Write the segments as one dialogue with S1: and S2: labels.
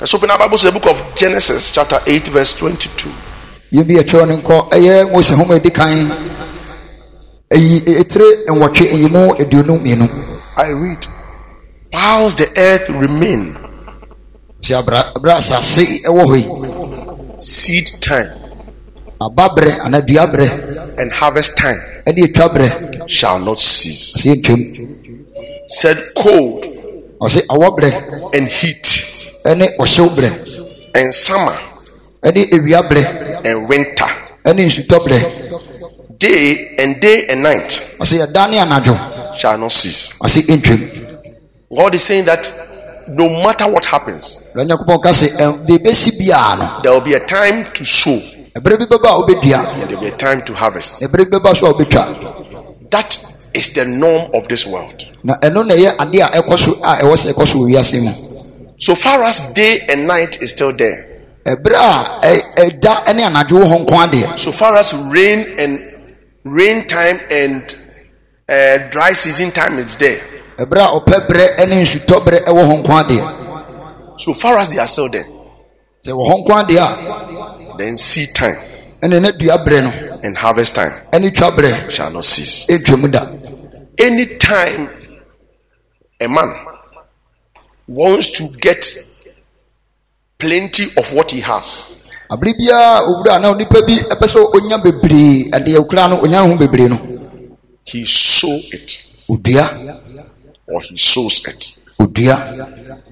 S1: Let's open our Bibles to the book of Genesis, chapter 8, verse 22.
S2: yɛbi ɛtwerɛ no nkɔ ɛyɛ mose homa edi kan eyi etire nwɔtwe eyi mu eduonu mmienu
S1: I read, Whilst the earth remained,
S2: ti abra abra asase ɛwɔ hɔ yi
S1: seed time
S2: aba brɛ ana dua brɛ
S1: and harvest time
S2: ɛne etwa brɛ
S1: shall not cease.
S2: ase ntwam
S1: Said cold
S2: ɔsi awɔ brɛ
S1: and heat
S2: ɛne ɔhyew brɛ
S1: and summer
S2: ɛne ewia brɛ
S1: and winter,
S2: ɛne nsutɔ brɛ
S1: day and day and night
S2: ɔsi ɛda ne anadwo
S1: shall not cease.
S2: ase ntwam
S1: God is saying that no matter what happens,
S2: lɔnyɛkubɔ kase ɛn eh, de besi bia no
S1: there will be a time to sow
S2: ɛbrɛ bi bɛba a obedua
S1: and there will be a time to harvest.
S2: ɛbrɛ bi bɛba so a obetwa
S1: That is the norm of this world.
S2: na ɛno na ɛyɛ adeɛ a ɛkɔ so a ɛwɔ sɛ ɛkɔ so wɔ wiase mu.
S1: So far as day and night is still there,
S2: ɛbrɛ a ɛ- ɛda ne anadwo wɔ hɔ nko adeɛ
S1: so far as rain and rain time and uh, dry season time is there,
S2: ɛbrɛ a ɔpɛ berɛ ne nsutɔ berɛ wɔ hɔ nko adeɛ
S1: so far as they are still there,
S2: sɛ wɔ hɔ nko adeɛ
S1: then seed time
S2: a ɛne ne dua berɛ no
S1: and harvest time
S2: ne twa berɛ
S1: shall not cease.
S2: ɛtwam da
S1: Any time a man wants to get plenty of what he has,
S2: abere biara owura na nipa bi ɛpɛ sɛ ɔnya bebree ɛdeɛ okura no ɔnya ne ho bebree no
S1: he sow it
S2: odua
S1: or he sows it.
S2: odua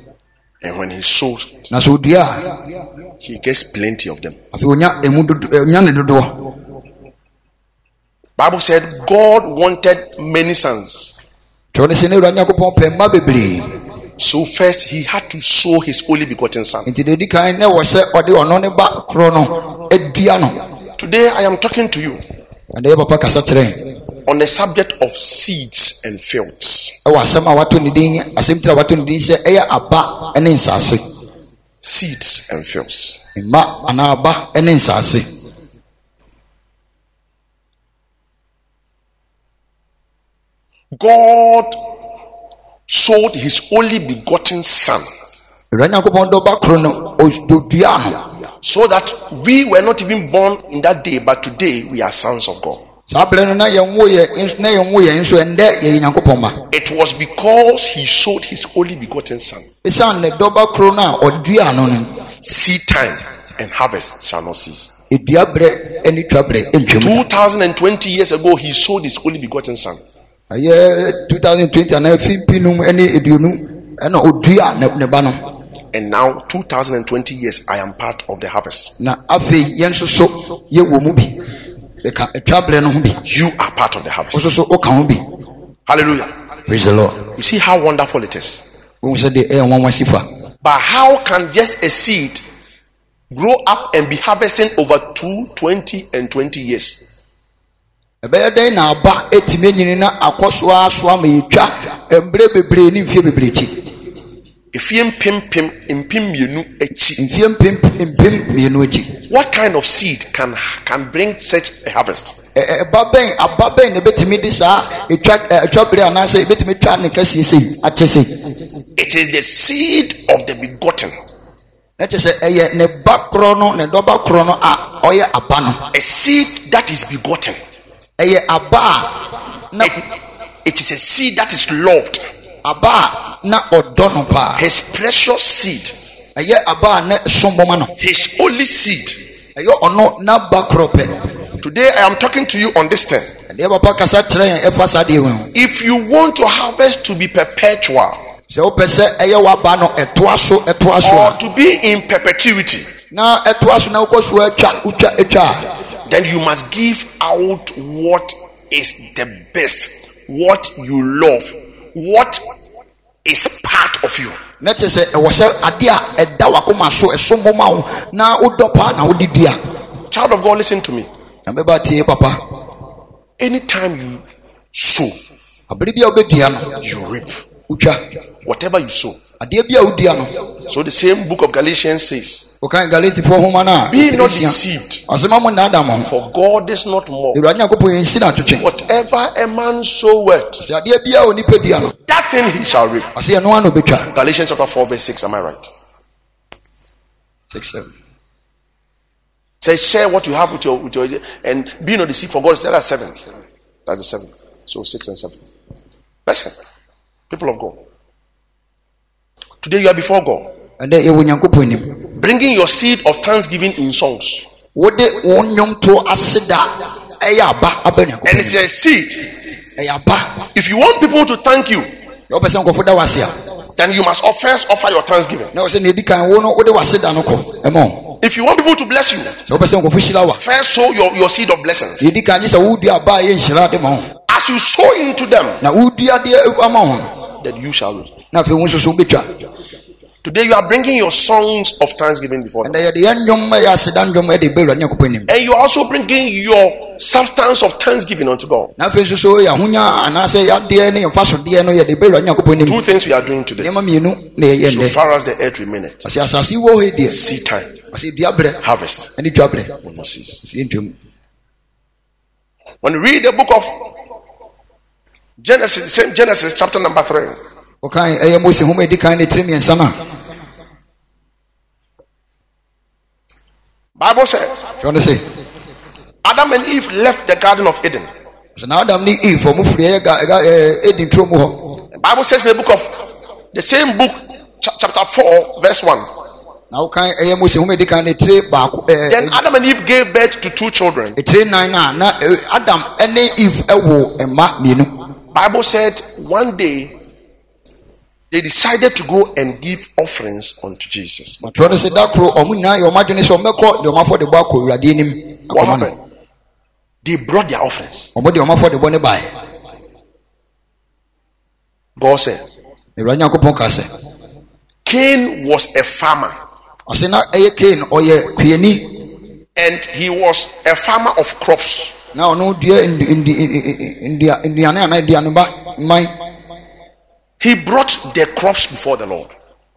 S1: And when he sows,
S2: na sɛ odua
S1: it, he gets plenty of them.
S2: a afei ɔnya emu dodo ɛ, ɔnya ne dodoɔ
S1: Bible said God wanted many sons.
S2: tɔɔ ne sɛ ne wura nyankopɔn pɛ mma bebree
S1: So first he had to sow his only begotten son.
S2: nti deɛ di kan ne wɔ sɛ ɔde ɔno ne ba korɔ no adua no
S1: Today I am talking to you
S2: ɛdeɛ papa kasa kyerɛn
S1: on the subject of seeds and fields.
S2: ɛwɔ asɛm a wato ne din asɛm tiri a wato ne din sɛ ɛyɛ aba ne nsaase
S1: Seeds and fields.
S2: mma anaa aba ne nsaase
S1: God sold his only begotten son
S2: awura nyankopɔn dɔba koro no ɔdodua no
S1: so that we were not even born in that day, but today we are sons of God.
S2: saa berɛ no na yɛnwo yɛ ns- na yɛnwo yɛ nso ɛndɛ yɛyɛ nyankopɔn ma
S1: It was because he sold his only begotten son.
S2: ɛsiane ne dɔba koro no a ɔdua no no
S1: Seed time and harvest shall not cease.
S2: ɛdua berɛ ne twa berɛ ntwam
S1: 2020 years ago, he sold his only begotten son.
S2: ɛyɛ 2020 anaa fi pinum ne aduonu ɛna ɔdua ne- ne ba no
S1: And now, 2020 years, I am part of the harvest.
S2: na afei yɛn nso so yɛwɔ mu bi ɛka ɛtwa berɛ no ho bi
S1: You are part of the
S2: wo nso
S1: harvest.
S2: so woka ho bi
S1: Hallelujah.
S2: praise the lord
S1: You see how wonderful it is.
S2: ohun sɛ deɛ ɛyɛ nwanwa si fa
S1: But how can just a seed grow up and be harvesting over two, 20, and 20 years?
S2: ɛbɛyɛ dɛn na aba etimi enyini na akɔ so aso ama etwa mbere bebree ne nfie bebree ekyi
S1: Efie mpempem, mpem mmienu akyi.
S2: nfie mpem mpem mmienu ekyi
S1: What kind of seed can, can bring such a harvest?
S2: Ɛ- ɛ- ɛba bɛn aba bɛn na ebetumi de saa etwa ɛ, etwa bere anaasɛ ebetumi twa ne kɛseɛ sei akyɛ sei
S1: It is the seed of the begotten,
S2: na kyɛ sɛ ɛyɛ ne ba korɔ no ne dɔba korɔ no a ɔyɛ aba no
S1: a seed that is begotten.
S2: ɛyɛ aba a na
S1: It- it is a seed that is loved,
S2: aba a na ɔdɔ no paa
S1: his precious seed.
S2: ɛyɛ aba a ne sombɔma no
S1: his only seed.
S2: ɛyɛ ɔno n'aba korɔ pɛ.
S1: Today I am talking to you on this thing.
S2: ɛdeɛ papa kasa kyerɛ yɛn ɛfa saa deɛ wɛn o.
S1: If you want your harvest to be perpetual
S2: sɛ wopɛ sɛ ɛyɛ waba no ɛtoa so ɛtoa so
S1: or
S2: a
S1: to be in perpetuity,
S2: na ɛtoa so na wokɔ so atwa wotwa atwa
S1: then you must give out what is the best, what you love, what is part of you.
S2: a na kyɛ sɛ ɛwɔ sɛ adeɛ a ɛda wakoma so ɛso moma wo na wodɔ paa na wode dua
S1: Child of God, listen to me.
S2: na mɛba tie papa
S1: Anytime you sow,
S2: abere bi a wobɛdua no
S1: you reap.
S2: wotwa
S1: Whatever you sow.
S2: adeɛ bi a wodua no
S1: So the same book of Galatians says,
S2: wokan galatifoɔ homa no a
S1: Be
S2: ɛtiri
S1: not
S2: nsia.
S1: deceived,
S2: asɛm a mo nnaada mo ho
S1: for God is not more.
S2: awurade nyankopɔn yɛnsi no atwetwe
S1: Whatever a man soweth,
S2: sɛ adeɛ bi a onipa dua no
S1: that thing he shall reap.
S2: ɔse ɛno a na obɛtwa
S1: Galatians chapter 4, verse 6. Am I right?
S2: six seven.
S1: Say, share what you have with your, with your and be not deceived for God is there are seven. That's the seven. So six and seven. Listen, people of God. Today you are before God,
S2: ɛnɛ yɛwɔ nyankopɔn anim
S1: bringing your seed of thanksgiving in songs.
S2: wode wo nnwomto ase da ɛyɛ aba aba
S1: And it's
S2: nyankopɔn
S1: a seed.
S2: anim. ɛyɛ aba
S1: If you want people to thank you,
S2: na wopɛ sɛ nkɔfo da wase a
S1: then you must first offer your thanksgiving.
S2: na wɔ sɛ neɛdi kan wo no wode wase da no kɔ ɛma wo.
S1: If you want people to bless you,
S2: sɛ wopɛ sɛ nkɔfo hyira wo a
S1: first sow your, your seed of blessings.
S2: neɛdi kan gye sɛ wodua aba a ɛyɛ nhyira de ma wo
S1: As you sow into them,
S2: na wodua deɛ ama wo no
S1: then you shall reap.
S2: na afei wo nso so wobɛtwa
S1: Today you are bringing your songs of thanksgiving before them.
S2: ɛnɛ yɛde yɛ nnwom a ɛyɛ aseda nnwom ɛde ba awurade nyankopɔn anim
S1: And you are also bringing your substance of thanksgiving unto God.
S2: na afei nso so yɛ ahonya anaasɛ yɛadeɛ ne yɛmfa sodeɛ no yɛde ba awurade nyankopɔn anim
S1: Two things we are doing today.
S2: nneɛma mmienu na yɛyɛ
S1: So
S2: nnɛ
S1: far as the earth remaineth,
S2: ɔsɛ asase wɔ hɔ yi deɛ
S1: seed time,
S2: ɔsɛ dua berɛ
S1: harvest
S2: ɛne twa berɛ
S1: will not cease.
S2: ɔsɛ yɛntwam
S1: When you read the book of Genesis, same Genesis chapter number three,
S2: ɔkan ɛyɛ mose homa ɛdi kan ne tiri mmiɛnsa no a
S1: Bible said
S2: twɛ no sɛ
S1: Adam and Eve left the Garden of Eden.
S2: sɛ na adam ne eve ɔmo firi ɛyɛ ga ɛga ɛɛ edi turo mu hɔ
S1: The Bible says in the book of the same book, cha- chapter four, verse one.
S2: na ɔkan ɛyɛ mose homa ɛdi kan ne tiri baako
S1: Then
S2: ɛɛ
S1: Adam and Eve gave birth to two children.
S2: ɛtiri nan na na ɛɛ, adam ɛne eve ɛwɔ ɛma mmienu
S1: Bible said one day they decided to go and give offerings unto Jesus.
S2: twɛ no sɛ da koro ɔmo nyinaa yɛ ɔmo adwene sɛ ɔmo bɛkɔ deɛ ɔmo afɔ de bɔ akɔ awurade anim
S1: What
S2: akɔma no
S1: happened? They brought their offerings.
S2: ɔmo deɛ ɔmo afɔ de bɔ ne bae
S1: God said,
S2: awurade nyankopɔn ka sɛ
S1: Cain was a farmer,
S2: ɔsɛ na ɛyɛ kain ɔyɛ kuani
S1: and he was a farmer of crops.
S2: na ɔno dua ndu- ndu- ndu- ndua- nduane anaa aduaneba mman
S1: He brought the crops before the Lord.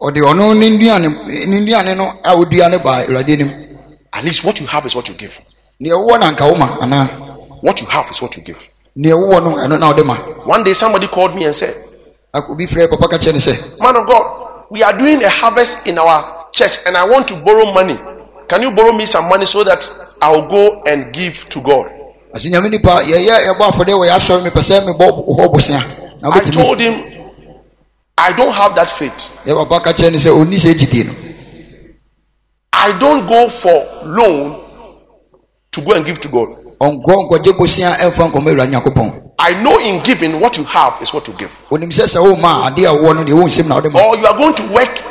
S2: ɔde ɔno ne nduane ne nduane no a odua no baa awurade anim
S1: At least what you have is what you give.
S2: nea ɛwowɔ no anka wo ma anaa
S1: What you have is what you give.
S2: nea ɛwowɔ no ɛno na wode ma
S1: One day somebody called me and said,
S2: Ak- obi frɛ papa ka kyerɛ no sɛ
S1: Man of God, we are doing a harvest in our church and I want to borrow money. Can you borrow me some money so that I'll go and give to God?
S2: ase nyame nipa yɛyɛ yɛbɔ afɔdeɛ wɔ yɛasɔre mepɛ sɛ mebɔ hɔ bosea na
S1: I
S2: wobɛtumi
S1: told him, I don't have that faith.
S2: yɛ papa ka kyerɛ no sɛ ɔnni sɛ gyidie no
S1: I don't go for loan to go and give to God.
S2: ɔnkɔ nkɔgye bosea ɛmfa nkɔma awurade nyankopɔn
S1: I know in giving what you have is what you give.
S2: onim sɛ sɛ woma a adeɛ a wowɔ no deɛ ɛwɔ nsɛm na wode ma
S1: Or you are going to work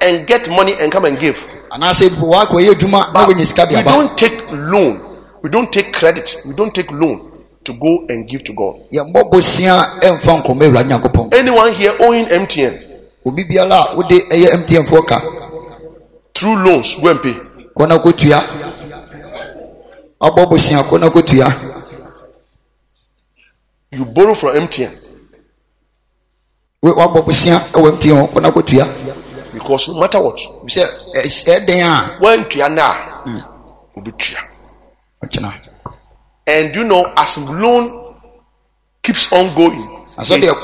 S1: and get money and come and give.
S2: anaasɛ waakɔyɛ adwuma na
S1: But
S2: wonya
S1: we
S2: sika de aba
S1: don't take loan. We don't take credit. We don't take loan to go and give to God.
S2: yɛmmɔ bosea ɛmfa nkɔma awurade nyankopɔn
S1: Anyone here owing MTN
S2: obi biara a wode ɛyɛ mtmfoɔ ka
S1: through loans, go and pay.
S2: kɔ na kɔtua abɔ bosia kɔ na kɔtua
S1: You borrow from MTN
S2: We- wabɔ bosia ɛwɔ mti hɔ kɔ na kɔtua
S1: because no matter what,
S2: sɛ ɛdɛn
S1: when to now,
S2: a ɔkyena
S1: and you know as loan keeps on going, it,
S2: Asɔ deɛ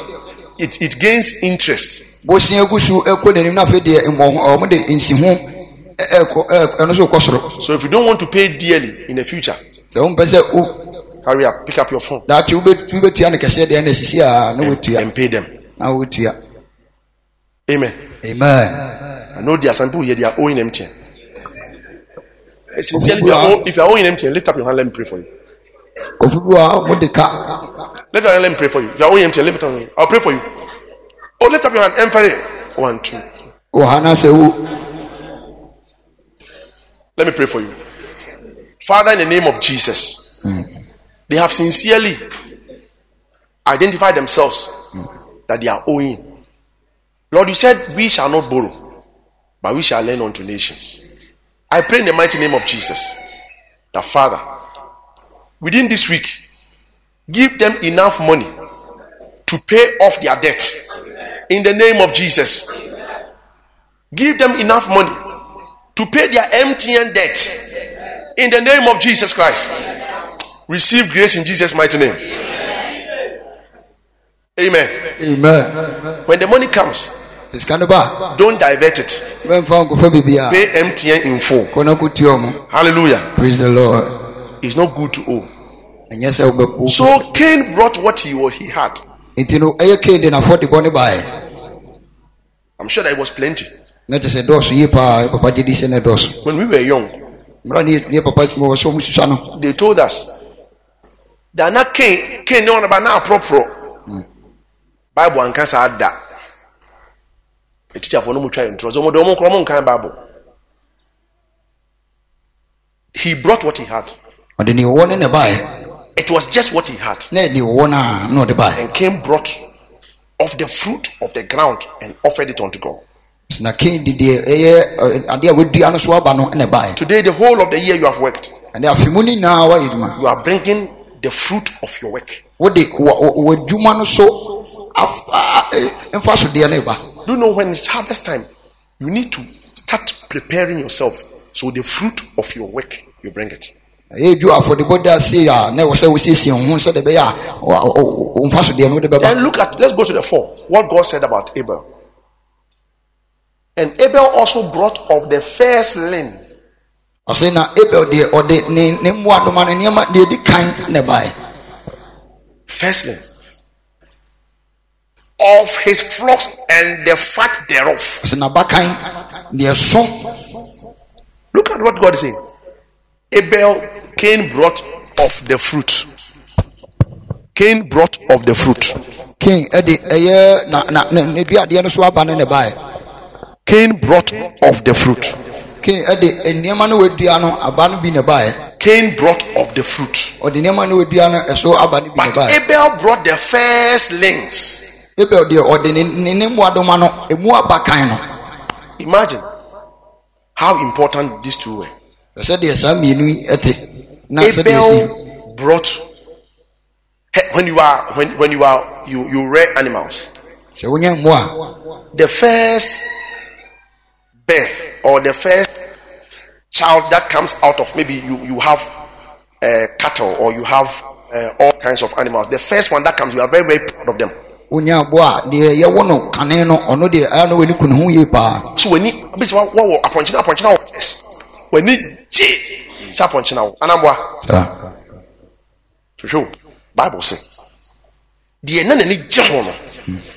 S1: it, it gains interest.
S2: bosia gu so ɛkɔ n'anim na afei deɛ mmɔ ho ɔmo de nsi ho ɛ- ɛkɔ ɛ- ɛno so kɔ soro
S1: So if you don't want to pay dearly in the future,
S2: sɛ wɔn pɛ sɛ o
S1: hurry up, pick up your phone
S2: daakye wobɛ wobɛtua ne kɛseɛ deɛ na esisi a na wɔtua
S1: and pay them.
S2: na wɔtua
S1: Amen.
S2: amen
S1: I know there are some people here, they are owing MTN. Eh, Sincerely, if you, are owe- if you are owing MTN, lift up your hand, let me pray for you.
S2: kofi bi wa ɔmo de ka
S1: Lift up your hand, let me pray for you. If you are owing MTN, lift up your hand. I'll pray for you. Oh, lift up your hand, Emfere. One, two.
S2: wɔ ha na sɛ o
S1: Let me pray for you. Father, in the name of Jesus, they have sincerely identified themselves that they are owing. Lord, you said, We shall not borrow, but we shall lend unto nations. I pray in the mighty name of Jesus that, Father, within this week, give them enough money to pay off their debt. In the name of Jesus, give them enough money to pay their MTN debt in the name of Jesus Christ. Receive grace in Jesus' mighty name. Amen.
S2: amen
S1: When the money comes,
S2: sika no ba
S1: Don't divert it.
S2: mɛmfa nkɔfa bibia
S1: Pay MTN in full.
S2: kɔ na kotua mu
S1: Hallelujah.
S2: praise the lord
S1: It's not good to owe.
S2: ɛnyɛ sɛ wobɛko
S1: So Cain brought what he was, he had.
S2: nti no ɛyɛ kei de nafɔ de bɔ ne baeɛ
S1: I'm sure that it was plenty.
S2: na kyɛ sɛ dɔɔso yie paa yɛ papa gye di sɛ ne dɔɔso
S1: When we were young,
S2: mmara ne yɛ- ne yɛ papa wɔ sɛ ɔmu susua no
S1: they told us that na Cain, Cain no ba na apropro. Bible and cancer had that. A teacher for no more trying trust. Omo de omo kro, omo nkan Bible. He brought what he had.
S2: ɔde ne ɔwɔ ne ne baeɛ
S1: It was just what he had.
S2: na ne ɔwɔ no a na ɔde baeɛ
S1: And Cain brought of the fruit of the ground and offered it unto God.
S2: Nti na kei de deɛ ɛyɛ ɛ, adeɛ a wɔadua no so aba no ne baeɛ
S1: Today, the whole of the year you have worked,
S2: ɛne afe mu no nyinaa woayɛ adwuma
S1: you are bringing the fruit of your work.
S2: wode w'adwuma no so af- a- ɛ, mfa so deɛ no ba
S1: Do you know when it's harvest time, you need to start preparing yourself. So the fruit of your work, you bring it.
S2: ɛyɛ dwu afɔdebɔ da se a na ɛwɔ sɛ wosiesie wo ho sɛde ɛbɛyɛ a wa- ɔ- ɔ- ɔ- womfa so deɛ no wode bɛba
S1: Then look at, let's go to the four. What God said about Abel. And Abel also brought of the firstling.
S2: ɔse na abel deɛ ɔde ne ne mmoadoma no nneɛma deɛ ɛdi kan ne baeɛ
S1: Firstling. Of his flocks and the fat thereof.
S2: ɔse nabakan deɛ so
S1: Look at what God is saying. Abel, Cain brought of the fruit. Cain brought of the fruit.
S2: ken ɛde ɛyɛ na na ne ne duadeɛ no so aba ne ne baeɛ
S1: Cain brought of the fruit.
S2: ken ɛde nneɛma no wɔadua no aba no bi ne baeɛ
S1: Cain brought of the fruit.
S2: ɔde nneɛma no wɔadua no ɛso aba no bi ne
S1: But
S2: baeɛ
S1: Abel brought the first links.
S2: abel deɛ ɔde ne ne ne mmoadoma no emu abakan no
S1: Imagine how important these two were.
S2: ɛsɛ deɛ saa mmienu yi ɛte na sɛ deɛ ɛsi
S1: Abel brought Hey, when you are when, when you are you you rear animals.
S2: sɛ wonya mmu a
S1: The first birth or the first child that comes out of maybe you you have uh, cattle or you have uh, all kinds of animals. The first one that comes, you are very very proud of them.
S2: wonya abo a deɛ yɛwɔ no kane no ɔno deɛ ɛyɛ no wɔni kunu ho yie paa
S1: so when he bisi wa wa wɔ apɔnkyina apɔnkyina wɔ yes when he gye sɛ apɔnkyina wɔ anamboa
S2: saa
S1: hwehwɛ o bible sɛ deɛ na n'ani gye ho no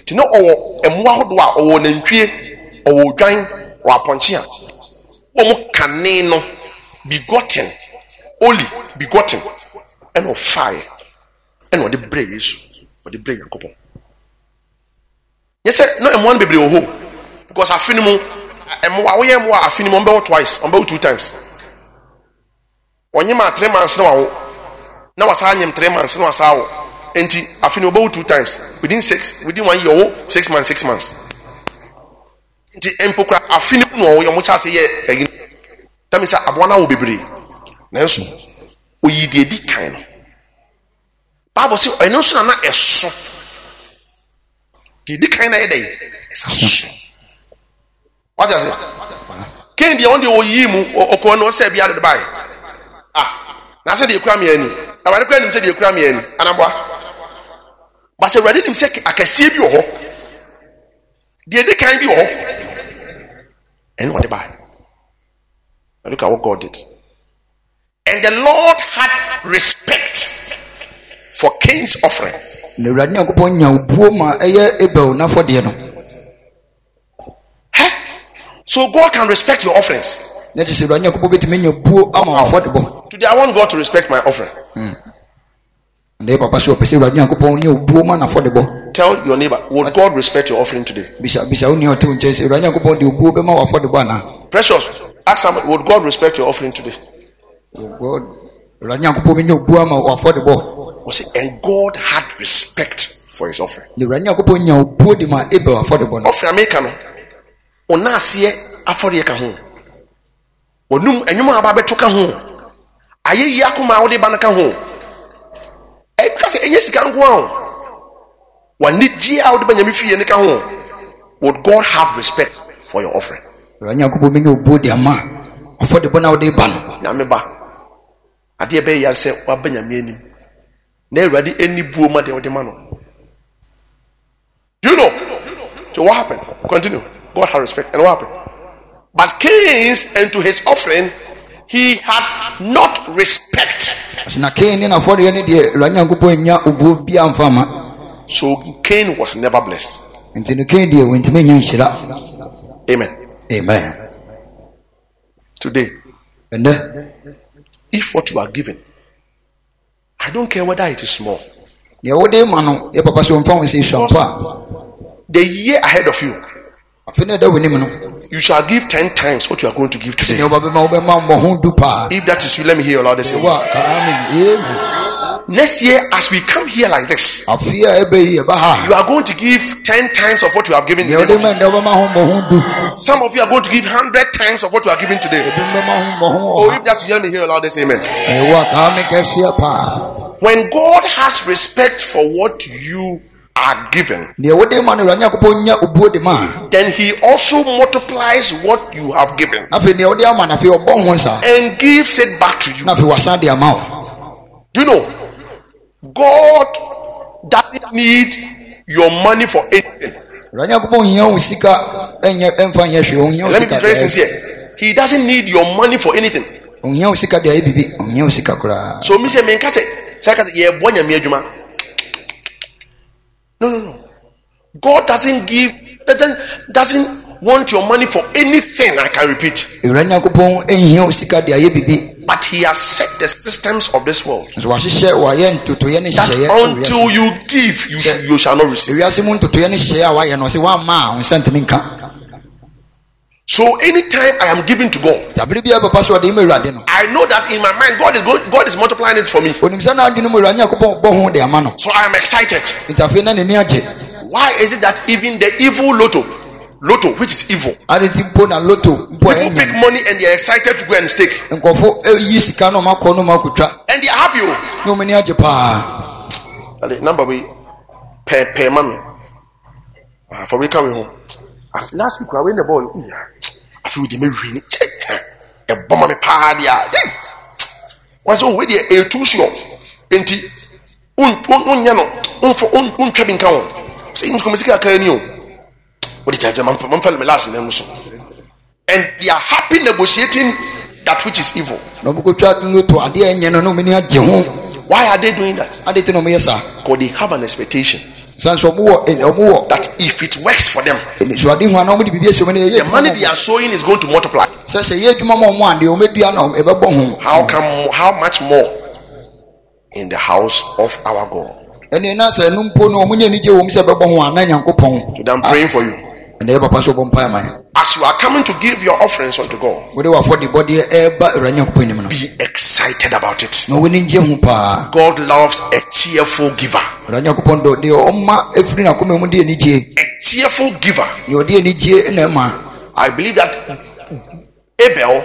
S1: te na ɔwɔ mmoa ahodoɔ a ɔwɔ nantwie ɔwɔ odwan wɔ apɔnkyina wɔn kane no begotten only begotten ɛna ɔfaeɛ ɛna ɔde brɛ yesu ɔde brɛ yankopɔn yɛ sɛ na mmoa no bebree wɔ hɔ o, because afe no mu a- mmoa woyɛ mmoa a afe no mu ɔmbɛwo twice ɔmbɛwo two times ɔnye ma three months na wawo na wasaa nyem three months na wasaa wo enti afe no ɔbɛwo two times within six within one year ɔwo six months six months nti mpokura afe no mu na ɔwo yɛ ɔmo kyɛ ase yɛ ɛyin tami sɛ aboa no awo bebree nanso oyi deɛ di kan no baabo sɛ ɛno nso na na ɛso deɛ di kan na yɛ dɛ ɛsa so wate ase kain deɛ ɔno deɛ ɔyii mu ɔ- ɔkɔɔ no ɔsɛ bia dede bae ah na sɛ deɛ kura mmiɛni awurade kura nim sɛ deɛ kura mmiɛni anaboa basɛ awurade nim sɛ k- akɛseɛ bi wɔ hɔ deɛ di kan bi wɔ hɔ ɛne ɔde bae Now look at what god did and the lord had respect for cain's offering
S2: na awurade nyankopɔn nya obuo ma ɛyɛ abel n'afɔdeɛ no
S1: Huh? so god can respect your offerings
S2: na kyɛ sɛ awurade nyankopɔn bɛtumi anya buo ama wɔafɔdebɔ
S1: today i want god to respect my offering
S2: na yɛ papa sɛ ɔpɛ sɛ awurade nyankopɔn nya obuo ma n'afɔdebɔ
S1: tell your neighbor would god respect your offering today
S2: bisa bisa wo nea ɔte wo nkyɛn sɛ awurade nyankopɔn de obuo bɛma wɔafɔdebɔ anaa
S1: Precious, ask somebody, would God respect your offering today?
S2: Oh God, awurade nyankopɔn bɛnya obuo ama wɔafɔdebɔ
S1: We say, and God had respect for his offering.
S2: na awurade nyankopɔn nya obuo de ma abel afɔdebɔ no
S1: Offering America no, ona aseɛ afɔre ka ho. Wɔnum ɛnwom a aba bɛto ka ho. Ayɛ yi akoma a wode ba no ka ho. Ɛka sɛ ɛnyɛ sika nko a o. W'ani gye a wode ba nyame fie no ka ho. Would God have respect for your offering?
S2: awurade nyankopɔn bɛnya obuo de ama afɔdebɔ no a wode ba no
S1: Nyame ba, adeɛ bɛyɛ ya sɛ woaba nyame anim. Na Awurade ani buo ma deɛ wode ma no. Do you know? So what happened? Continue. God had respect. And what happened? But Cain's and to his offering, he had not respect.
S2: na kain ne n'afɔdeɛ ne deɛ awurade nyankopɔn anya obuo bia mfa ma
S1: So Cain was never blessed.
S2: nti no kain deɛ wɔntumi anya nhyira
S1: Amen.
S2: amen
S1: Today,
S2: ɛnɛ
S1: if what you are given, I don't care whether it is small.
S2: deɛ wode ma no yɛ papa sɛ ɔmfa wo sɛ suampa
S1: The year ahead of you,
S2: a afe ne ɛda w'anim no
S1: you shall give 10 times what you are going to give today.
S2: sɛdeɛ wobabɛma wobɛma mmɔho du paa
S1: If that is you, let me hear your loudest.
S2: ɛwɔ a kaa me
S1: Next year, as we come here like this,
S2: afe a ɛbɛyi yɛba ha
S1: you are going to give 10 times of what you have given.
S2: deɛ wode
S1: today.
S2: ma ɛnɛ wobɛma ho mmɔho du
S1: Some of you are going to give 100 times of what you are giving today.
S2: ebi mbɛma ho mmɔho
S1: Oh,
S2: wɔ ha
S1: if that's you, let me hear your loudest. Amen.
S2: ɛwɔ a kaa me kɛseɛ paa
S1: When God has respect for what you are given,
S2: deɛ wode ma no awurade nyankopɔn nya obuo de ma a
S1: then He also multiplies what you have given
S2: na afei deɛ wode ama no afei ɔbɔ ho nsa
S1: and gives it back to you.
S2: na afei wasan de ama wo
S1: Do you know? God doesn't need your money for anything.
S2: awurade nyankopɔn hia wo sika ɛnyɛ ɛmfa nyɛ hwee ɔhia wo
S1: Let me
S2: sika
S1: be very
S2: deɛ
S1: sincere. He doesn't need your money for anything.
S2: ɔhia wo sika deɛ ɛbibi ɔhia wo sika koraa
S1: So me say me nkase, say nkase ye bo nyame adwuma. No no no. God doesn't give doesn't doesn't want your money for anything. I can repeat.
S2: awurade nyankopɔn ɛhia wo sika deɛ ɛyɛ bibi
S1: But he has set the systems of this world
S2: nso wahyehyɛ wayɛ ntotoyɛ ne
S1: that
S2: nhyehyɛeɛ wɔ
S1: until you give, you, sh- you shall not receive.
S2: ewiase mu ntotoyɛ ne nhyehyɛeɛ a wayɛ no ɔsɛ woamma a wo nsa ntimi nka
S1: So anytime I am giving to God,
S2: dabere biaa papa so ɔde ma awurade no
S1: I know that in my mind God is going, God is multiplying it for me.
S2: onim sɛ na adwene mu awurade nyankopɔn ɔbɔ ho de ama no
S1: So I am excited.
S2: nti afei na n'ani agye
S1: Why is it that even the evil lotto, lotto which is evil,
S2: ade nti mpo na loto mpo a
S1: people make
S2: ɛnyɛ
S1: money and they are excited to go and stake
S2: nkɔfo ɛyi sika na ɔmakɔ na ɔmakɔtwa
S1: and they are happy. oh.
S2: na ɔmani agye paa
S1: Ale, number we per per man. Ah, For we come home. Ah, Last week I win the ball. Eh, I feel they may win it. Eh, eh, A bomb on a party. What's already a Eh, two sure. And the un un un yano un for un un trapping count. Say in Kumisika can you? What did I jam from fell me last in Muso? And they are happy negotiating that which is evil.
S2: na ɔmakɔtwa loto adeɛ ɛnyɛ no na ɔmani agye ho
S1: Why are they doing that?
S2: ade nti na ɔmyɛ saa
S1: Because they have an expectation
S2: san so ɔmowɔ ɛn- ɔmowɔ
S1: that if it works for them,
S2: anisoade ho a na ɔmode biribi asi ɔmane
S1: the money they are sowing is going to multiply.
S2: sɛ sɛ yɛ adwuma ma ɔmo adeɛ ɔmɛdua na ɛbɛbɔ ho
S1: How come? How much more in the house of our God?
S2: ɛne na sɛ no mpo no ɔmonyɛ anigye wɔ m sɛ ɛbɛbɔ ho a na nyankopɔn
S1: Today I'm praying for you.
S2: ɛnɛ yɛ papa so ɔbɔ mpae ma yɛ
S1: As you are coming to give your offerings unto God,
S2: wode wafɔdebɔdeɛ ɛɛba awurade nyankopɔn anim no
S1: be excited about it.
S2: na wɔni ngye ho paa
S1: God loves a cheerful giver.
S2: awurade nyankopɔn dɔ deɛ ɔma ɛfiri nakoma mu de anigye
S1: A cheerful giver.
S2: deɛ ɔde anigye na ɛma
S1: I believe that Abel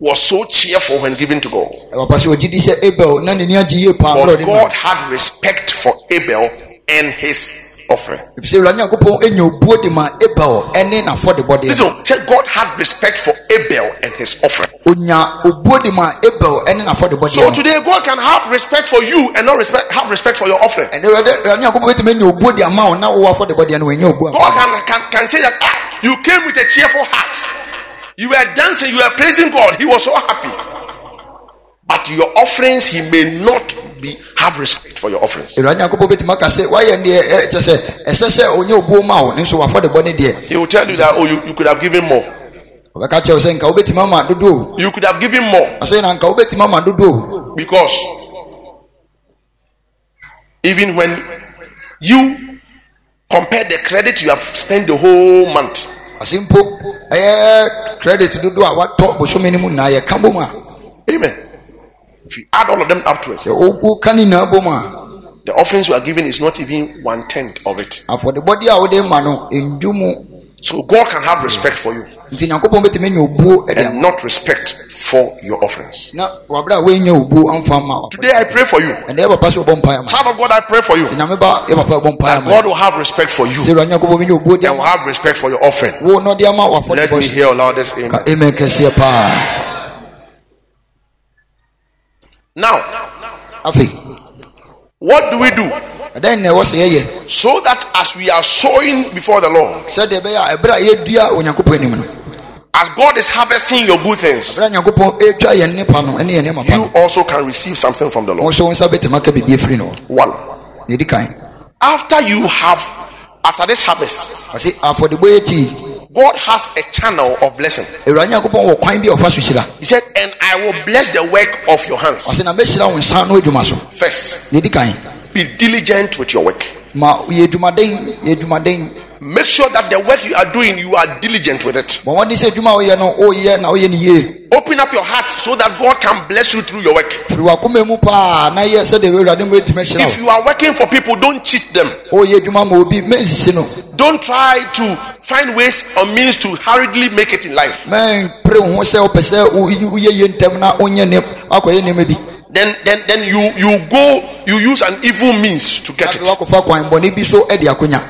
S1: was so cheerful when giving to God.
S2: ɛwɔpa sɛ ɔgye di sɛ abel na n'ani agye yie paa na
S1: But
S2: ɔde ma
S1: God had respect for Abel and his offering.
S2: ɛfisɛ awurade nyankopɔn ɛnya obuo de ma abel ɛne n'afɔdebɔdeɛ
S1: Listen, say God had respect for Abel and his offering.
S2: ɔnya obuo de ma abel ɛne
S1: So
S2: n'afɔdebɔdeɛ no
S1: today, God can have respect for you and not respect, have respect for your offering.
S2: ɛne awurade awurade nyankopɔn bɛtumi anya obuo de ama wo na wowɔ afɔdebɔdeɛ no wɔanya obuo ama
S1: God
S2: wo.
S1: can, can, can say that ah, you came with a cheerful heart. You were dancing, you were praising God. He was so happy. But your offerings, he may not be have respect for your offerings.
S2: awurade nyankopɔn bɛtumi aka sɛ woayɛ deɛ kyɛ sɛ ɛsɛ sɛ ɔnya obuo ma wo ne nso wafɔdebɔne deɛ
S1: He will tell you that, oh, you, you could have given more.
S2: ɔbɛka kyerɛ wo sɛ nka wobɛtumi ama dodoɔ
S1: You could have given more.
S2: asɛ na nka wobɛtumi ama dodoɔ
S1: Because even when you compare the credit you have spent the whole month,
S2: ase mpo ɛyɛ credit dodoɔ a watɔ bosome no mu na yɛka bom a
S1: amen. If you add all of them up to it,
S2: sɛ woka ne nyinaa bom a
S1: the offerings you are giving is not even one tenth of it.
S2: afɔdebɔdeɛ a wode ma no ɛndwu mu
S1: So God can have respect for you.
S2: nti nyankopɔn bɛtumi anya obuo ɛde ama
S1: and not respect for your offerings.
S2: na wabrɛ a woanya obuo amfa ma wo
S1: Today I pray for you.
S2: ɛnɛ yɛ papa sɛ wɔbɔ mpaeɛ ma
S1: Child of God, I pray for you.
S2: nyame ba yɛ papa wɔbɔ mpaeɛ
S1: That
S2: ma
S1: God will have respect for you
S2: sɛ awurade nyankopɔn bɛnya obuo de
S1: and will
S2: ama
S1: have respect for your offering.
S2: wo na ɔde ama
S1: Let me
S2: wafɔdebɔne
S1: hear your loudest amen.
S2: amen kɛseɛ paa
S1: Now,
S2: afei
S1: what do we do
S2: ɛdɛn na ɛwɔ sɛ yɛyɛ
S1: so that as we are sowing before the Lord,
S2: sɛdeɛ ɛbɛyɛ a ɛberɛ a yɛdua onyankopɔn anim no
S1: as God is harvesting your good things,
S2: ɛberɛ a nyankopɔn ɛtwa yɛn nnepa no ɛne yɛn nneɛma pa
S1: you
S2: no
S1: also can receive something from the
S2: wo
S1: Lord.
S2: nso wo nsa bɛtumi aka biribi afiri no hɔ
S1: One.
S2: yɛdi kan
S1: After you have, after this harvest,
S2: ɔse afɔdebɔ yɛtii
S1: God has a channel of blessing.
S2: awurade nyankopɔn wɔ kwan bi a ɔfa so hyira
S1: He said, And I will bless the work of your hands.
S2: ɔse na mɛhyira wo nsa no adwuma so
S1: First,
S2: yɛdi kan
S1: be diligent with your work.
S2: ma yɛ adwumaden yɛ adwumaden
S1: Make sure that the work you are doing, you are diligent with it.
S2: bɔn wɔn de sɛ adwuma a woyɛ no woyɛ na woyɛ ne yie
S1: Open up your heart so that God can bless you through your work.
S2: firi wakoma mu paa na yɛ sɛdeɛ awurade mu ɛtumi ahyira
S1: If
S2: wo
S1: you are working for people, don't cheat them.
S2: woyɛ adwuma ma obi mɛnsisi no
S1: Don't try to find ways or means to hurriedly make it in life.
S2: mɛmpere wo ho sɛ wopɛ sɛ wo- woyɛ yie ntɛm na wonyɛ ne akɔyɛ nneɛma bi
S1: Then, then, then you you go you use an evil means to get it.
S2: afei wakɔfa kwan bɔne bi so ɛde akonya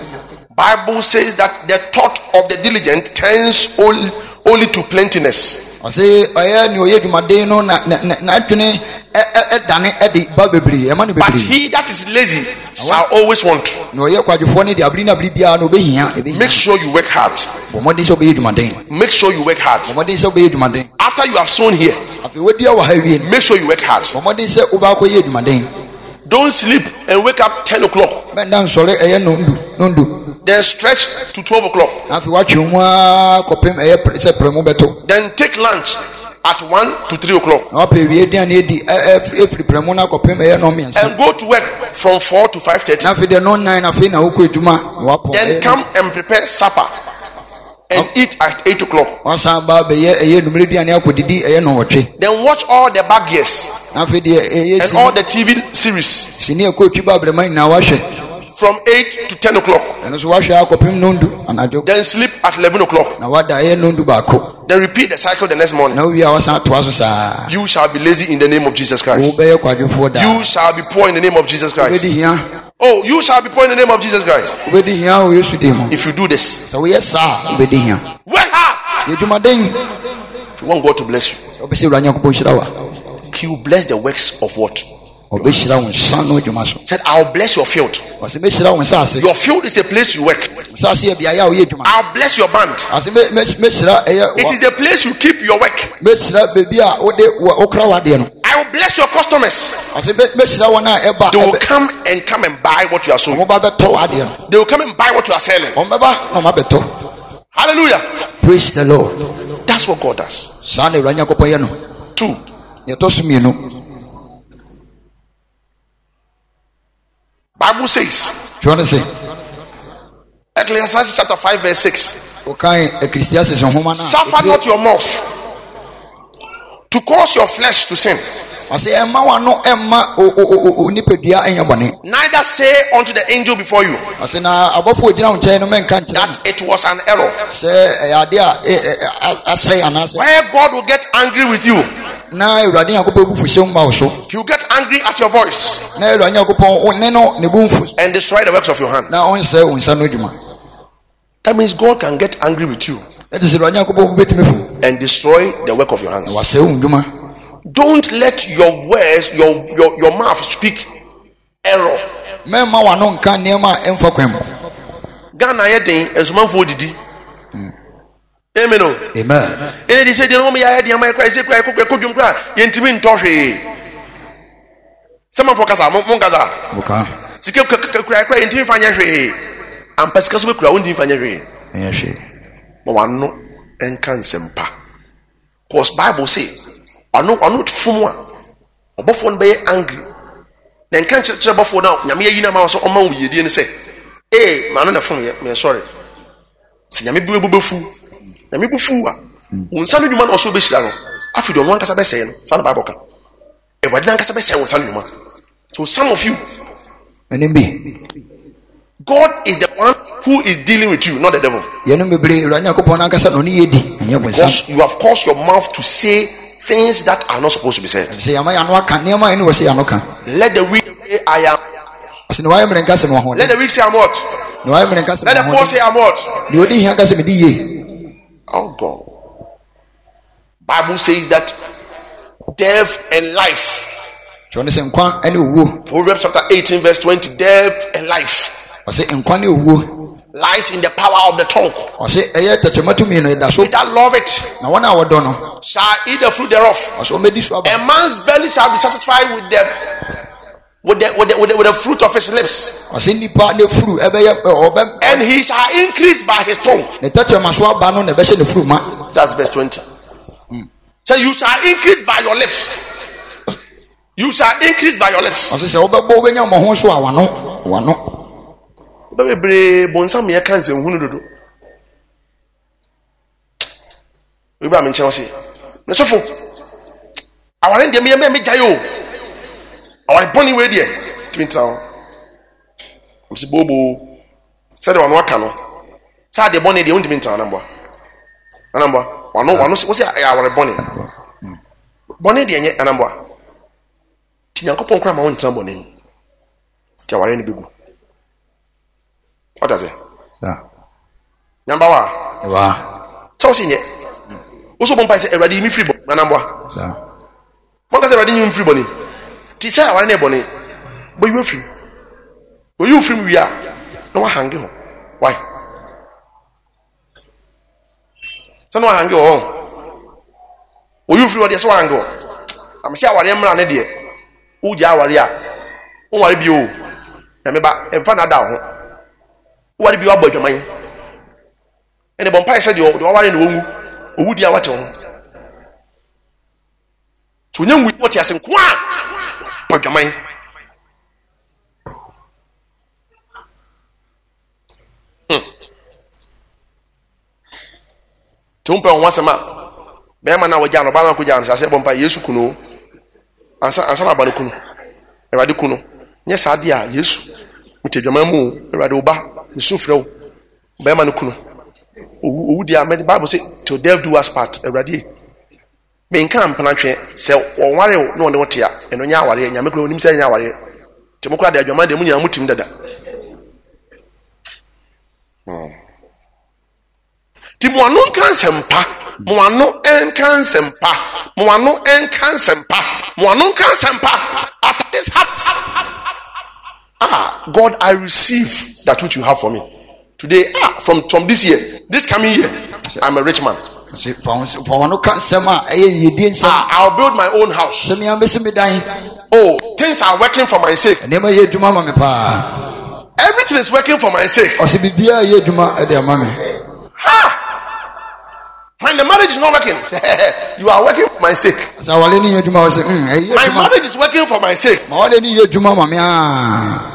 S1: Bible says that the thought of the diligent tends only, only to plentiness.
S2: ɔse ɔyɛ ne ɔyɛ adwumaden no na- na- na- e, n'adwene ɛ- ɛ- ɛdane ɛde ba e, bebree ɛma no
S1: But
S2: bebree
S1: he that is lazy shall always want.
S2: na ɔyɛ kwadwofoɔ no de abere no abere biara no e, ɔbɛhia
S1: Make
S2: ɛbɛhia
S1: sure you work hard.
S2: bɔ mmɔden sɛ wobɛyɛ adwumaden
S1: Make sure you work hard.
S2: bɔ mmɔden sɛ wobɛyɛ adwumaden
S1: After you have sown here,
S2: afei wodua wɔ ha wie no
S1: make sure you work hard.
S2: bɔ mmɔden sɛ wobɛakɔyɛ adwumaden
S1: Don't sleep and wake up 10 o'clock,
S2: mɛnda nsɔre ɛyɛ nondu nondu
S1: then stretch to 12 o'clock,
S2: Na afei woatwe mu a kɔpem ɛyɛ pere- sɛ prɛmu bɛto
S1: then take lunch at 1 to 3 o'clock,
S2: na wapɛ awie aduane adi ɛ- ɛ- ɛfiri prɛmu e, no akɔpem ɛyɛ nɔ mmiɛnsa
S1: and go to work from 4 to 5.30,
S2: na afei deɛ no nnan na afei na wokɔ adwuma na wapɔ
S1: then
S2: ɛyɛ
S1: come and prepare supper and eat at 8 o'clock.
S2: no- wasan ba bɛyɛ ɛyɛ numere aduane akɔdidi ɛyɛ nɔwɔtwe
S1: Then watch all the bad years
S2: na afei deɛ ɛyɛ
S1: and all
S2: sini
S1: the TV series
S2: sini ɛkɔ twi ba abirima nyinaa wahwɛ
S1: from 8 to 10 o'clock,
S2: ɛno so wahwɛ akɔpem nondu anadwo
S1: then sleep at 11 o'clock,
S2: na wada ɛyɛ nondu baako
S1: then repeat the cycle the next morning.
S2: na wowie a wasan atoa so saa
S1: You shall be lazy in the name of Jesus Christ.
S2: wobɛyɛ kwadwofoɔ daa
S1: You shall be poor in the name of Jesus
S2: wobɛdi
S1: Christ.
S2: hia
S1: Oh, you shall be poor in the name of Jesus Christ.
S2: wobɛdi hia wɔ yesu din mu
S1: If you do this,
S2: sɛ woyɛ saa a, wobɛdi hia
S1: work hard.
S2: yɛ adwumaden
S1: If you want God to bless you,
S2: sɛ wopɛ sɛ awurade nyankopɔn hyira wa
S1: He will bless the works of what?
S2: ɔbɛhyira wo nsa no adwuma so
S1: Said, I'll bless your field.
S2: ɔsɛ mɛhyira wo nsaase
S1: Your field is a place you work.
S2: nsaase yɛ beaeɛ a woyɛ adwuma
S1: I'll bless your band.
S2: ɔsɛ mɛ- mɛ- mɛhyira ɛyɛ
S1: It is the
S2: wa-
S1: place you keep your work.
S2: mɛhyira baabi a wode wa- wokora w'adeɛ no
S1: I will bless your customers.
S2: ɔsɛ mɛ- mɛhyira wɔn a ɛba
S1: They will
S2: ɛbɛ-
S1: come and come and buy what you are sowing.
S2: ɔmo e ba bɛtɔ w'adeɛ no
S1: They will come and buy what you are selling.
S2: ɔmo bɛba na ɔmo abɛtɔ
S1: Hallelujah.
S2: praise the lord
S1: That's what God does.
S2: saa na awurade nyankopɔn yɛ no
S1: Two,
S2: yɛtɔ so mmienu
S1: Bible says,
S2: twerɛ no sɛ
S1: Ecclesiastes chapter 5, verse 6.
S2: wokae ecclesiastes nhoma
S1: Suffer
S2: no a
S1: not your mouth to cause your flesh to sin,
S2: ɔsɛ ɛma w'ano ɛma o- o- o- o- o- nipadua ɛnyɛ bɔne
S1: neither say unto the angel before you
S2: ɔsɛ na abɔfo a ogyina wo nkyɛn no mɛnka nkyerɛ no
S1: that it was an error.
S2: sɛ ɛyɛ adeɛ a ɛ- ɛ- ɛ- a- asɛe anaasɛ
S1: Where God will get angry with you,
S2: na awurade nyankopɔn bu fuhyɛ mma wo so
S1: He will get angry at your voice
S2: na awurade nyankopɔn wo ne no ne bu mfu
S1: and destroy the works of your hand.
S2: na ɔnsɛ wo nsa no adwuma
S1: That means God can get angry with you
S2: ɛte sɛ awurade nyankopɔn wobɛtumi fu
S1: and destroy the work of your hands.
S2: wasɛe wo ndwuma
S1: Don't let your words, your, your, your mouth speak error.
S2: mɛmma wano nka nneɛma a ɛmfa kwan mu
S1: Ghana yɛ den nsumanfoɔ didi. Amen o.
S2: amen
S1: ɛna de sɛ deɛ no wɔm yɛayɛ deɛ ma yɛkora ɛsɛ kora yɛkɔ yɛkɔ dwom kora yɛntumi ntɔ hwee sɛ mamfoɔ kasa mo- monkasa
S2: woka
S1: sika kura- kura kura- kora yɛntumi fa nyɛ hwee ampa sika so bɛkura wontumi fa nyɛ hwee
S2: ɛyɛ hwee
S1: ma wano ɛnka nsɛmpa cause bible say ɔno ɔno fom a ɔbɔfoɔ no bɛyɛ angry na nka nkyerɛkyerɛ bɔfoɔ no a nyame ayi no ma wo sɛ ɔma wo yiedie no sɛ ee "Eh, ma no na fom yɛ meɛsɔre sɛ nyame bi bu bɛfu nyame bu fu a wo nsa no dwuma na ɔsɛ wobɛhyira no afei deɛ ɔno ankasa bɛsɛe no saa na bible ka awurade no ankasa bɛsɛe wo nsa no dwuma so some of you
S2: ɛnim bi
S1: god is the one who is dealing with you not the devil
S2: yɛnom bebree awurade nyankopɔn no ankasa na ɔne yɛdi ɛnyɛ bonsam
S1: Because you have caused your mouth to say things that are not supposed to be said.
S2: sɛ yɛama yɛano aka nneɛma a ɛne wɔ sɛ yɛano ka
S1: Let the weak say I am.
S2: ɔsɛ ne wayɛ mmerɛ nka sɛ me
S1: Let
S2: wɔhoɔden
S1: the weak say I'm what.
S2: ne wayɛ mmerɛ nka sɛ
S1: Let the
S2: me
S1: poor say
S2: wɔhoɔden
S1: I'm what.
S2: deɛ ɔdi hia ka sɛ medi yie
S1: Oh God. Bible says that death and life
S2: kyerɛ sɛ nkwa ne owuo
S1: Proverbs chapter 18, verse 20 Death and life
S2: ɔsɛ nkwa ne owuo
S1: lies in the power of the tongue.
S2: ɔsɛ ɛyɛ tɛtɛma tumi no ɛda so
S1: He that love it
S2: na wɔn a wɔdɔ no
S1: shall eat the fruit thereof.
S2: ɔsɛ ɔmɛdi so aba
S1: A man's belly shall be satisfied with the, with the, with the, with the, with the fruit of his lips,
S2: ɔsɛ nipa ne furu ɛbɛyɛ ɛ, ɔbɛ
S1: and he shall increase by his tongue.
S2: ne tɛtɛma so aba no na ɛbɛhyɛ ne furu ma
S1: That's verse 20. So you shall increase by your lips. You shall increase by your lips.
S2: ɔsɛ sɛ wobɛbɔ wobɛnya mmɔho so a wano wano
S1: bebree bonsam yɛ ka nsɛnhunu dodo obi a menkyerɛ wo se ne sofo aware no deɛ meyɛ mɛ megyae o aware bɔne wei deɛ tumi ntena hɔ mse booboo sɛdeɛ wano aka no sɛ adeɛ bɔne deɛ wontumi ntena anamboa anamboa wano wano wo sɛ ɛyɛ aware bɔne bɔne deɛ nyɛ anamboa nti nyankopɔn kora ma wo ntena bɔne mu nti aware no bɛgu ɔda sɛ nyambawa a
S2: waa
S1: sɛ wose nyɛ wo so bɔmpae sɛ awurade yi me firi bɔ nanamboa
S2: saa
S1: mɔka sɛ awurade nyi mfiri bɔne nti sɛ aware ne yɛ bɔne bɔyi wafiri oyi wo firim wie a na wahange hɔ wae sɛ na wahange hɔ hɔ oyi wo firi hɔ deɛ sɛ wahange hɔ ama sɛ aware mmra ne deɛ wogya aware a woware bio o nyame ba ɛmfa na ada wo ho woware bio abɔ adwaman ɛne bɔ mpae sɛ deɛ ɔ- deɛ ɔware ne wɔwu owu deɛ wate ho nti onya nwu wɔte ase nko a bɔ adwaman Hmm. nti wompɛ wo ho asɛm a bɛrima no a wɔgyaa no ɔbaa no akɔgyaa no hyɛ aseɛ bɔ mpae yesu ku no o. ansa ansa na aba no ku no awurade ku no nyɛ saa deɛ a yesu mete adwaman mu o. awurade wo ba mesu frɛ wo bɛrima no ku no owu owu di amẹ baabu sẹ to death do us part e. ẹwurade mi nka mpanatwẹ sẹ ọware o na ọne wote a ẹnu nyɛ aware nyame kura onim sɛ nyɛ aware tẹmu kura de adwuma de mu nyinaa mu tim dada Hmm. ti mu ano nka nsɛmpa mu ano nka nsɛmpa mu ano nka nsɛmpa mu ano nka nsɛmpa at this heart ah god i receive that which you have for me today ah from from this year this coming year i'm a rich man
S2: ɔsɛ fa wo nsɛ- fa wɔno ka nsɛm a ɛyɛ yiedie nsɛm
S1: ah i'll build my own house
S2: sɛ mea mɛsi me dan
S1: oh things are working for my sake
S2: nneɛma yɛ adwuma ma me paa
S1: everything is working for my sake
S2: ɔsɛ biribiaa yɛ adwuma ɛde ama me
S1: when the marriage is not working you are working for my sake
S2: sɛ awale ne yɛ adwuma wɔ sɛ "Mm, ɛyɛ
S1: my
S2: adwuma
S1: marriage is working for my sake
S2: ma wale ne yɛ adwuma ma me aa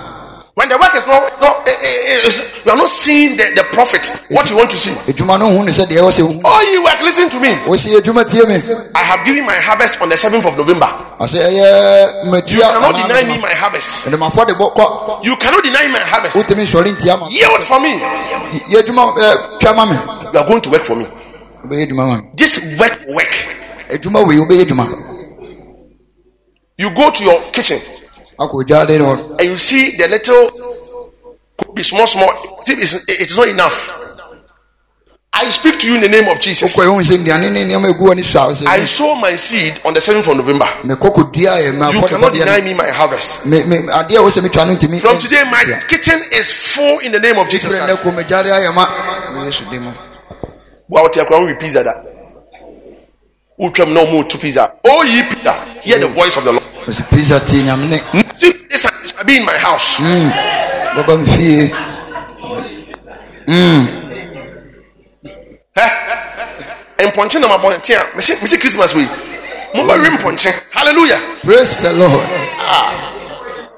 S1: when the work is not not eh, eh, eh, is- you are not seeing the, the profit what you want to see
S2: adwuma no ho ne sɛ deɛ ɛwɔ sɛ hu
S1: oh you work listen to me
S2: wɔsi adwuma tie me
S1: i have given my harvest on the 7th of november
S2: ɔsɛ ɛyɛ
S1: you
S2: matua
S1: cannot deny me my harvest
S2: ɛdemafo de bɔ kɔ
S1: you cannot deny my harvest
S2: wotumi nsɔre ntia ma
S1: yield for me
S2: yɛ adwuma ɛ twa ma me
S1: you are going to work for me
S2: wobɛyɛ adwuma ma me
S1: this work work
S2: adwuma wei wobɛyɛ adwuma
S1: you go to your kitchen
S2: akɔ odwa de ne hɔ
S1: and you see the little could be small small see it's, it's not enough i speak to you in the name of jesus
S2: wokɔ ɛhu sɛ nnuane ne nneɛma ɛgu wɔ ne sua wo
S1: i
S2: sɛ
S1: sow my seed on the 7th of november
S2: mekɔ kɔdua ɛ
S1: you
S2: mafo de
S1: cannot deny
S2: bɔdeɛ
S1: me my harvest
S2: adeɛ wɔ sɛ metwa no ntimi
S1: from today my kitchen is full in the name of jesus
S2: frɛ nɛ
S1: christ
S2: kɔ magyare ayɛ ya ma wɔ yesu de mu
S1: wo a wote akora wo we pizza da wotwam na ɔmo to pizza oh ye pizza hear the voice of the lord
S2: ɔsɛ pisa tie nyamene
S1: See, this shall be in my house
S2: bɛba me fie
S1: mpɔnkye na mabɔnten a mese mese christmas wei mobɛwe mpɔnkye hallelujah
S2: praise the lord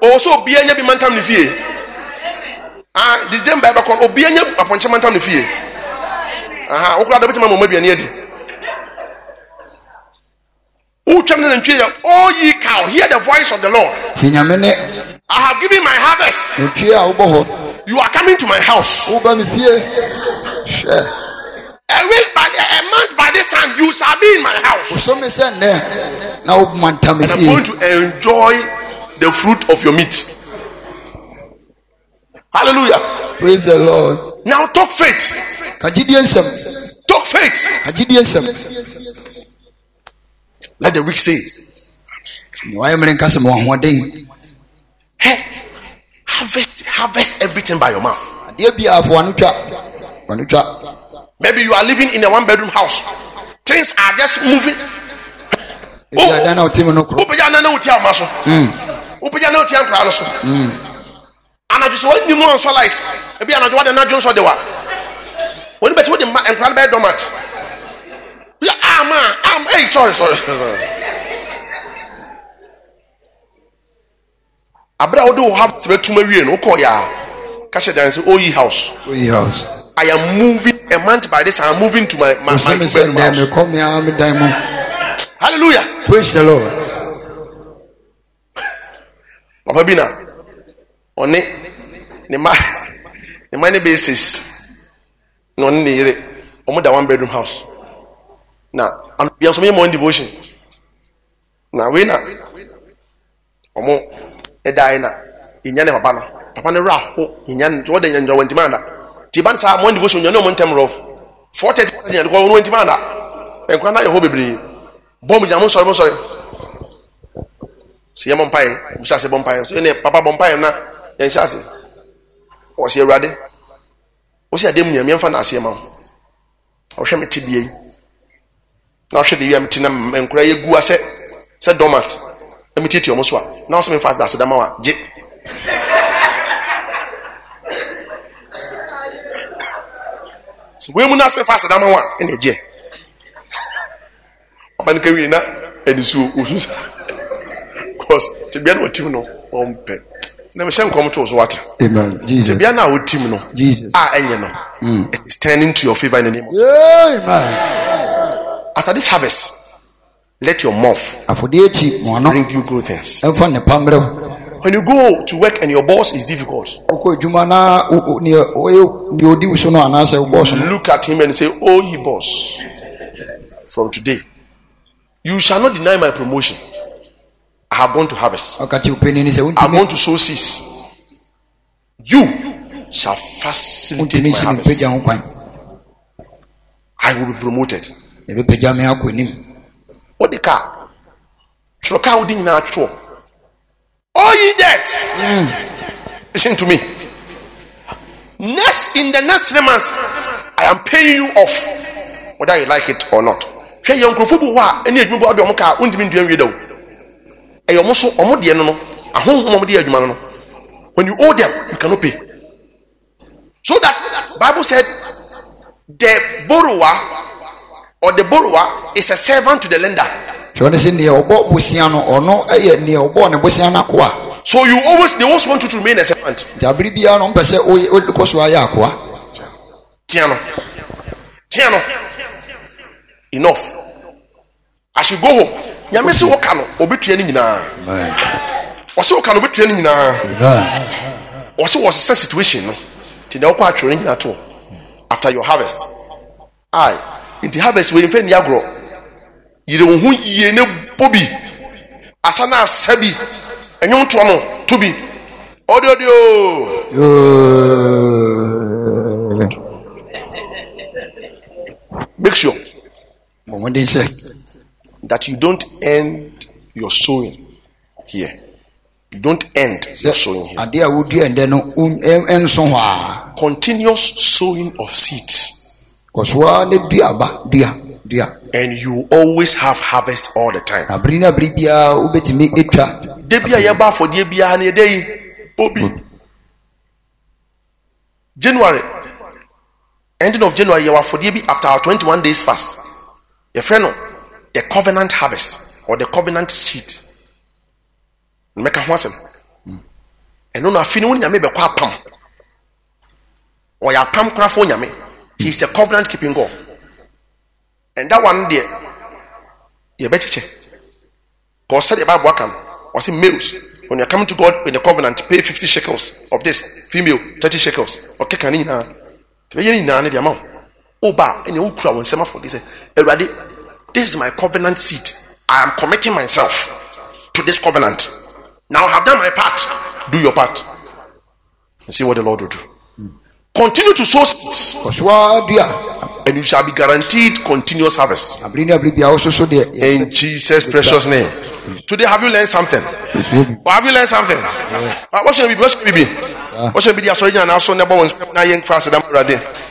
S1: ɔwɔsɛ obia nya bi mantam ne fie Ah, december ɛbɛkɔ no, obia nya apɔnkyɛ mantam ne fie Aha, wo koraa da wobɛtumi ama mama aduane adi wotwam ne nantwie yɛ all ye cow hear the voice of the lord
S2: tie nyamene ya
S1: i have given my harvest
S2: natwie a wobɔ hɔ
S1: you are coming to my house
S2: woba me fie hwɛ
S1: a week by the, a month by this time you shall be in my house
S2: so me sɛ nnɛ na womanta me
S1: and i'm going
S2: fie
S1: to enjoy the fruit of your meat hallelujah
S2: praise the lord
S1: now talk faith
S2: kagyidie nsɛm
S1: talk faith
S2: kagyidie nsɛm
S1: Let the weak say,
S2: wayɛ mmere nka sɛ ma wahoɔden
S1: Hey, harvest, harvest everything by your mouth.
S2: adeɛ bia afo ano twa ano twa
S1: Maybe you are living in a one bedroom house. Things are just moving. Oh!
S2: ebi ada na ɔte mu no korɔ
S1: Wopagya na na wotia ɔma so. Wopagya na wotia nkora no so. Anadwo sɛ wɔnni mu nsɔ light. Ebi anadwo wade anadwo nsɔ de wa. Wɔn bɛti wɔde mma nkora no bɛyɛ dormant. Bi a ama a am ei sorry sorry. Abere a wɔde wo ha bɛtum awie no wokɔ yɛa. Kahyɛ dan sɛ oyi house.
S2: oyi house
S1: I am moving a month by this. I am moving to my my, my
S2: ɔsɛ me sɛ
S1: bedroom
S2: nnɛ
S1: house.
S2: mekɔ me ara me dan mu
S1: Hallelujah.
S2: praise the lord
S1: Papa bi na ɔne ne ma ne ma ne basis na ɔne ne yere ɔmo da one bedroom house na ano bia nso mi yɛ devotion na wei na ɔmo ɛda yi na yɛnya ne papa no papa no wura ho yɛnya ne wɔde yɛnya wɔn ntoma ana te ba ne saa morning devotion yɛn ne ɔmo ntɛm rɔf four thirty percent yɛn de kɔ wɔn ntoma ana nkura na yɛ hɔ bebree bɔm gyina mo nsɔre mo nsɔre. sɛ yɛmmɔ mpaeɛ musa sɛ bɔ mpaeɛ sɛ ne papa bɔ mpaeɛ na yɛnhyɛ ase ɔsɛ awurade wo sɛ adeɛ mu nyam yɛmfa no aseɛ ma wo ɔhwɛ me tebea yi na ɔhwɛ de wie a mete na nkora yɛ gua sɛ sɛ domat na metete ɔmo so a na wo sɛ memfa dasedama wo a gye sɛ wei mu no asɛ memfa asedama wo a ɛne gye ɔba no ka wie na ɛdesuo ɔsu saa because tibia na wɔtim no ɔmpɛ na mehyɛ nkɔm to wo so wate
S2: amen jesus
S1: bia na wotim no
S2: Jesus.
S1: a ɛnyɛ no it is turning to your favor in the name of
S2: amen
S1: after this harvest let your mouth
S2: afɔdeɛ akyi ma ano
S1: bring you good things
S2: ɛmfa nnepa mmerɛw
S1: when you go to work and your boss is difficult
S2: wokɔ adwuma na wo- wo- neɛ ɔyɛ- neɛ ɔdi wo so no anaasɛ wo bɔɔso no
S1: look at him and say oh ye boss from today you shall not deny my promotion i have gone to harvest
S2: ɔka te wopanini sɛ
S1: i have
S2: wontumi
S1: gone to sow seeds you shall facilitate my
S2: wontumi si
S1: harvest
S2: mepagya ho kwan
S1: i will be promoted
S2: ɛbɛpagya me akɔ anim
S1: wode ka twerɛ ka a wode nyinaa twerɛ all Oh, ye dead listen to me next in the next three months i am paying you off whether you like it or not hwɛ yɛ nkurɔfo bi hɔ a ɛne adwuma bi a ɔde ɔmo kaa wontumi ndua nwie da o ɛyɛ ɔmo so ɔmo deɛ no no ahohom a ɔmo de yɛ adwuma no no when you owe them you cannot pay so that bible said the borrower or the borrower is a servant to the lender
S2: kyerɛ ne sɛ neɛ ɔbɔ bosea e no ɔno ɛyɛ neɛ ɔbɔɔ e ne bosea no akoa
S1: So you always they always want you to remain a servant.
S2: nti abere biara no mpɛ sɛ woyɛ- wokɔ so ayɛ akoa
S1: Tiano. Tiano. Enough. I should go home. Nyame sɛ woka no ɔbɛtua no nyinaa ɔsɛ woka no ɔbɛtua no nyinaa
S2: Amen.
S1: ɔsɛ wɔsesɛ situation no nti deɛ wokɔ atwerɛ no nyina to after your harvest ae nti harvest wei mfɛ nni agorɔ yere wo ho yie ne bɔ bi asa no asa bi ɛnwom toɔ no to bi ɔdeɔdeoo
S2: Yoo.
S1: make sure
S2: bɔ mmɔden sɛ
S1: that you don't end your sowing here. You don't end your sowing here.
S2: adeɛ a wodua ndɛ no um, wo- ɛn- ɛnso hɔ a
S1: Continuous sowing of seeds,
S2: kɔsoa ne dua aba dua dua
S1: and you always have harvest all the time.
S2: abere no abere biara wobɛtumi atwa
S1: Debi a yɛba afɔdeɛ biara ne yɛde yi obi. January ending of January yɛwɔ afɔdeɛ bi after our twenty one days fast. Yɛfrɛ no the covenant harvest or the covenant seed. Mmɛka ho asɛm. ɛno na afi ne wo ne nyame bɛkɔ apam ɔyɛ apam korafo nyame he is the covenant keeping god and that one deɛ yɛbɛkyekyɛ because sɛdeɛ bible aka no ɔse males when you are coming to god in the covenant pay 50 shekels of this female 30 shekels ɔkeka ne nyinaa tɛbɛyɛ ne nyinaa ne deɛ ma wo woba a ɛnea wokura wo nsɛm afɔde sɛ awurade this is my covenant seed i am committing myself to this covenant now I have done my part do your part and see what the lord will do continue to sow seeds
S2: kɔsoa dua
S1: and you shall be guaranteed continuous harvest
S2: abiri ne abiri bi a wososo deɛ yɛ
S1: in Jesus' precious name. Today, have you learned something?
S2: fɛfɛ bi
S1: Or have you learned something? Ah, What should we be? What should we be? What should we be? the asɔre gyina n'aso na ɛbɔ wɔn nsam na yɛn fa aseda mmɔwurade.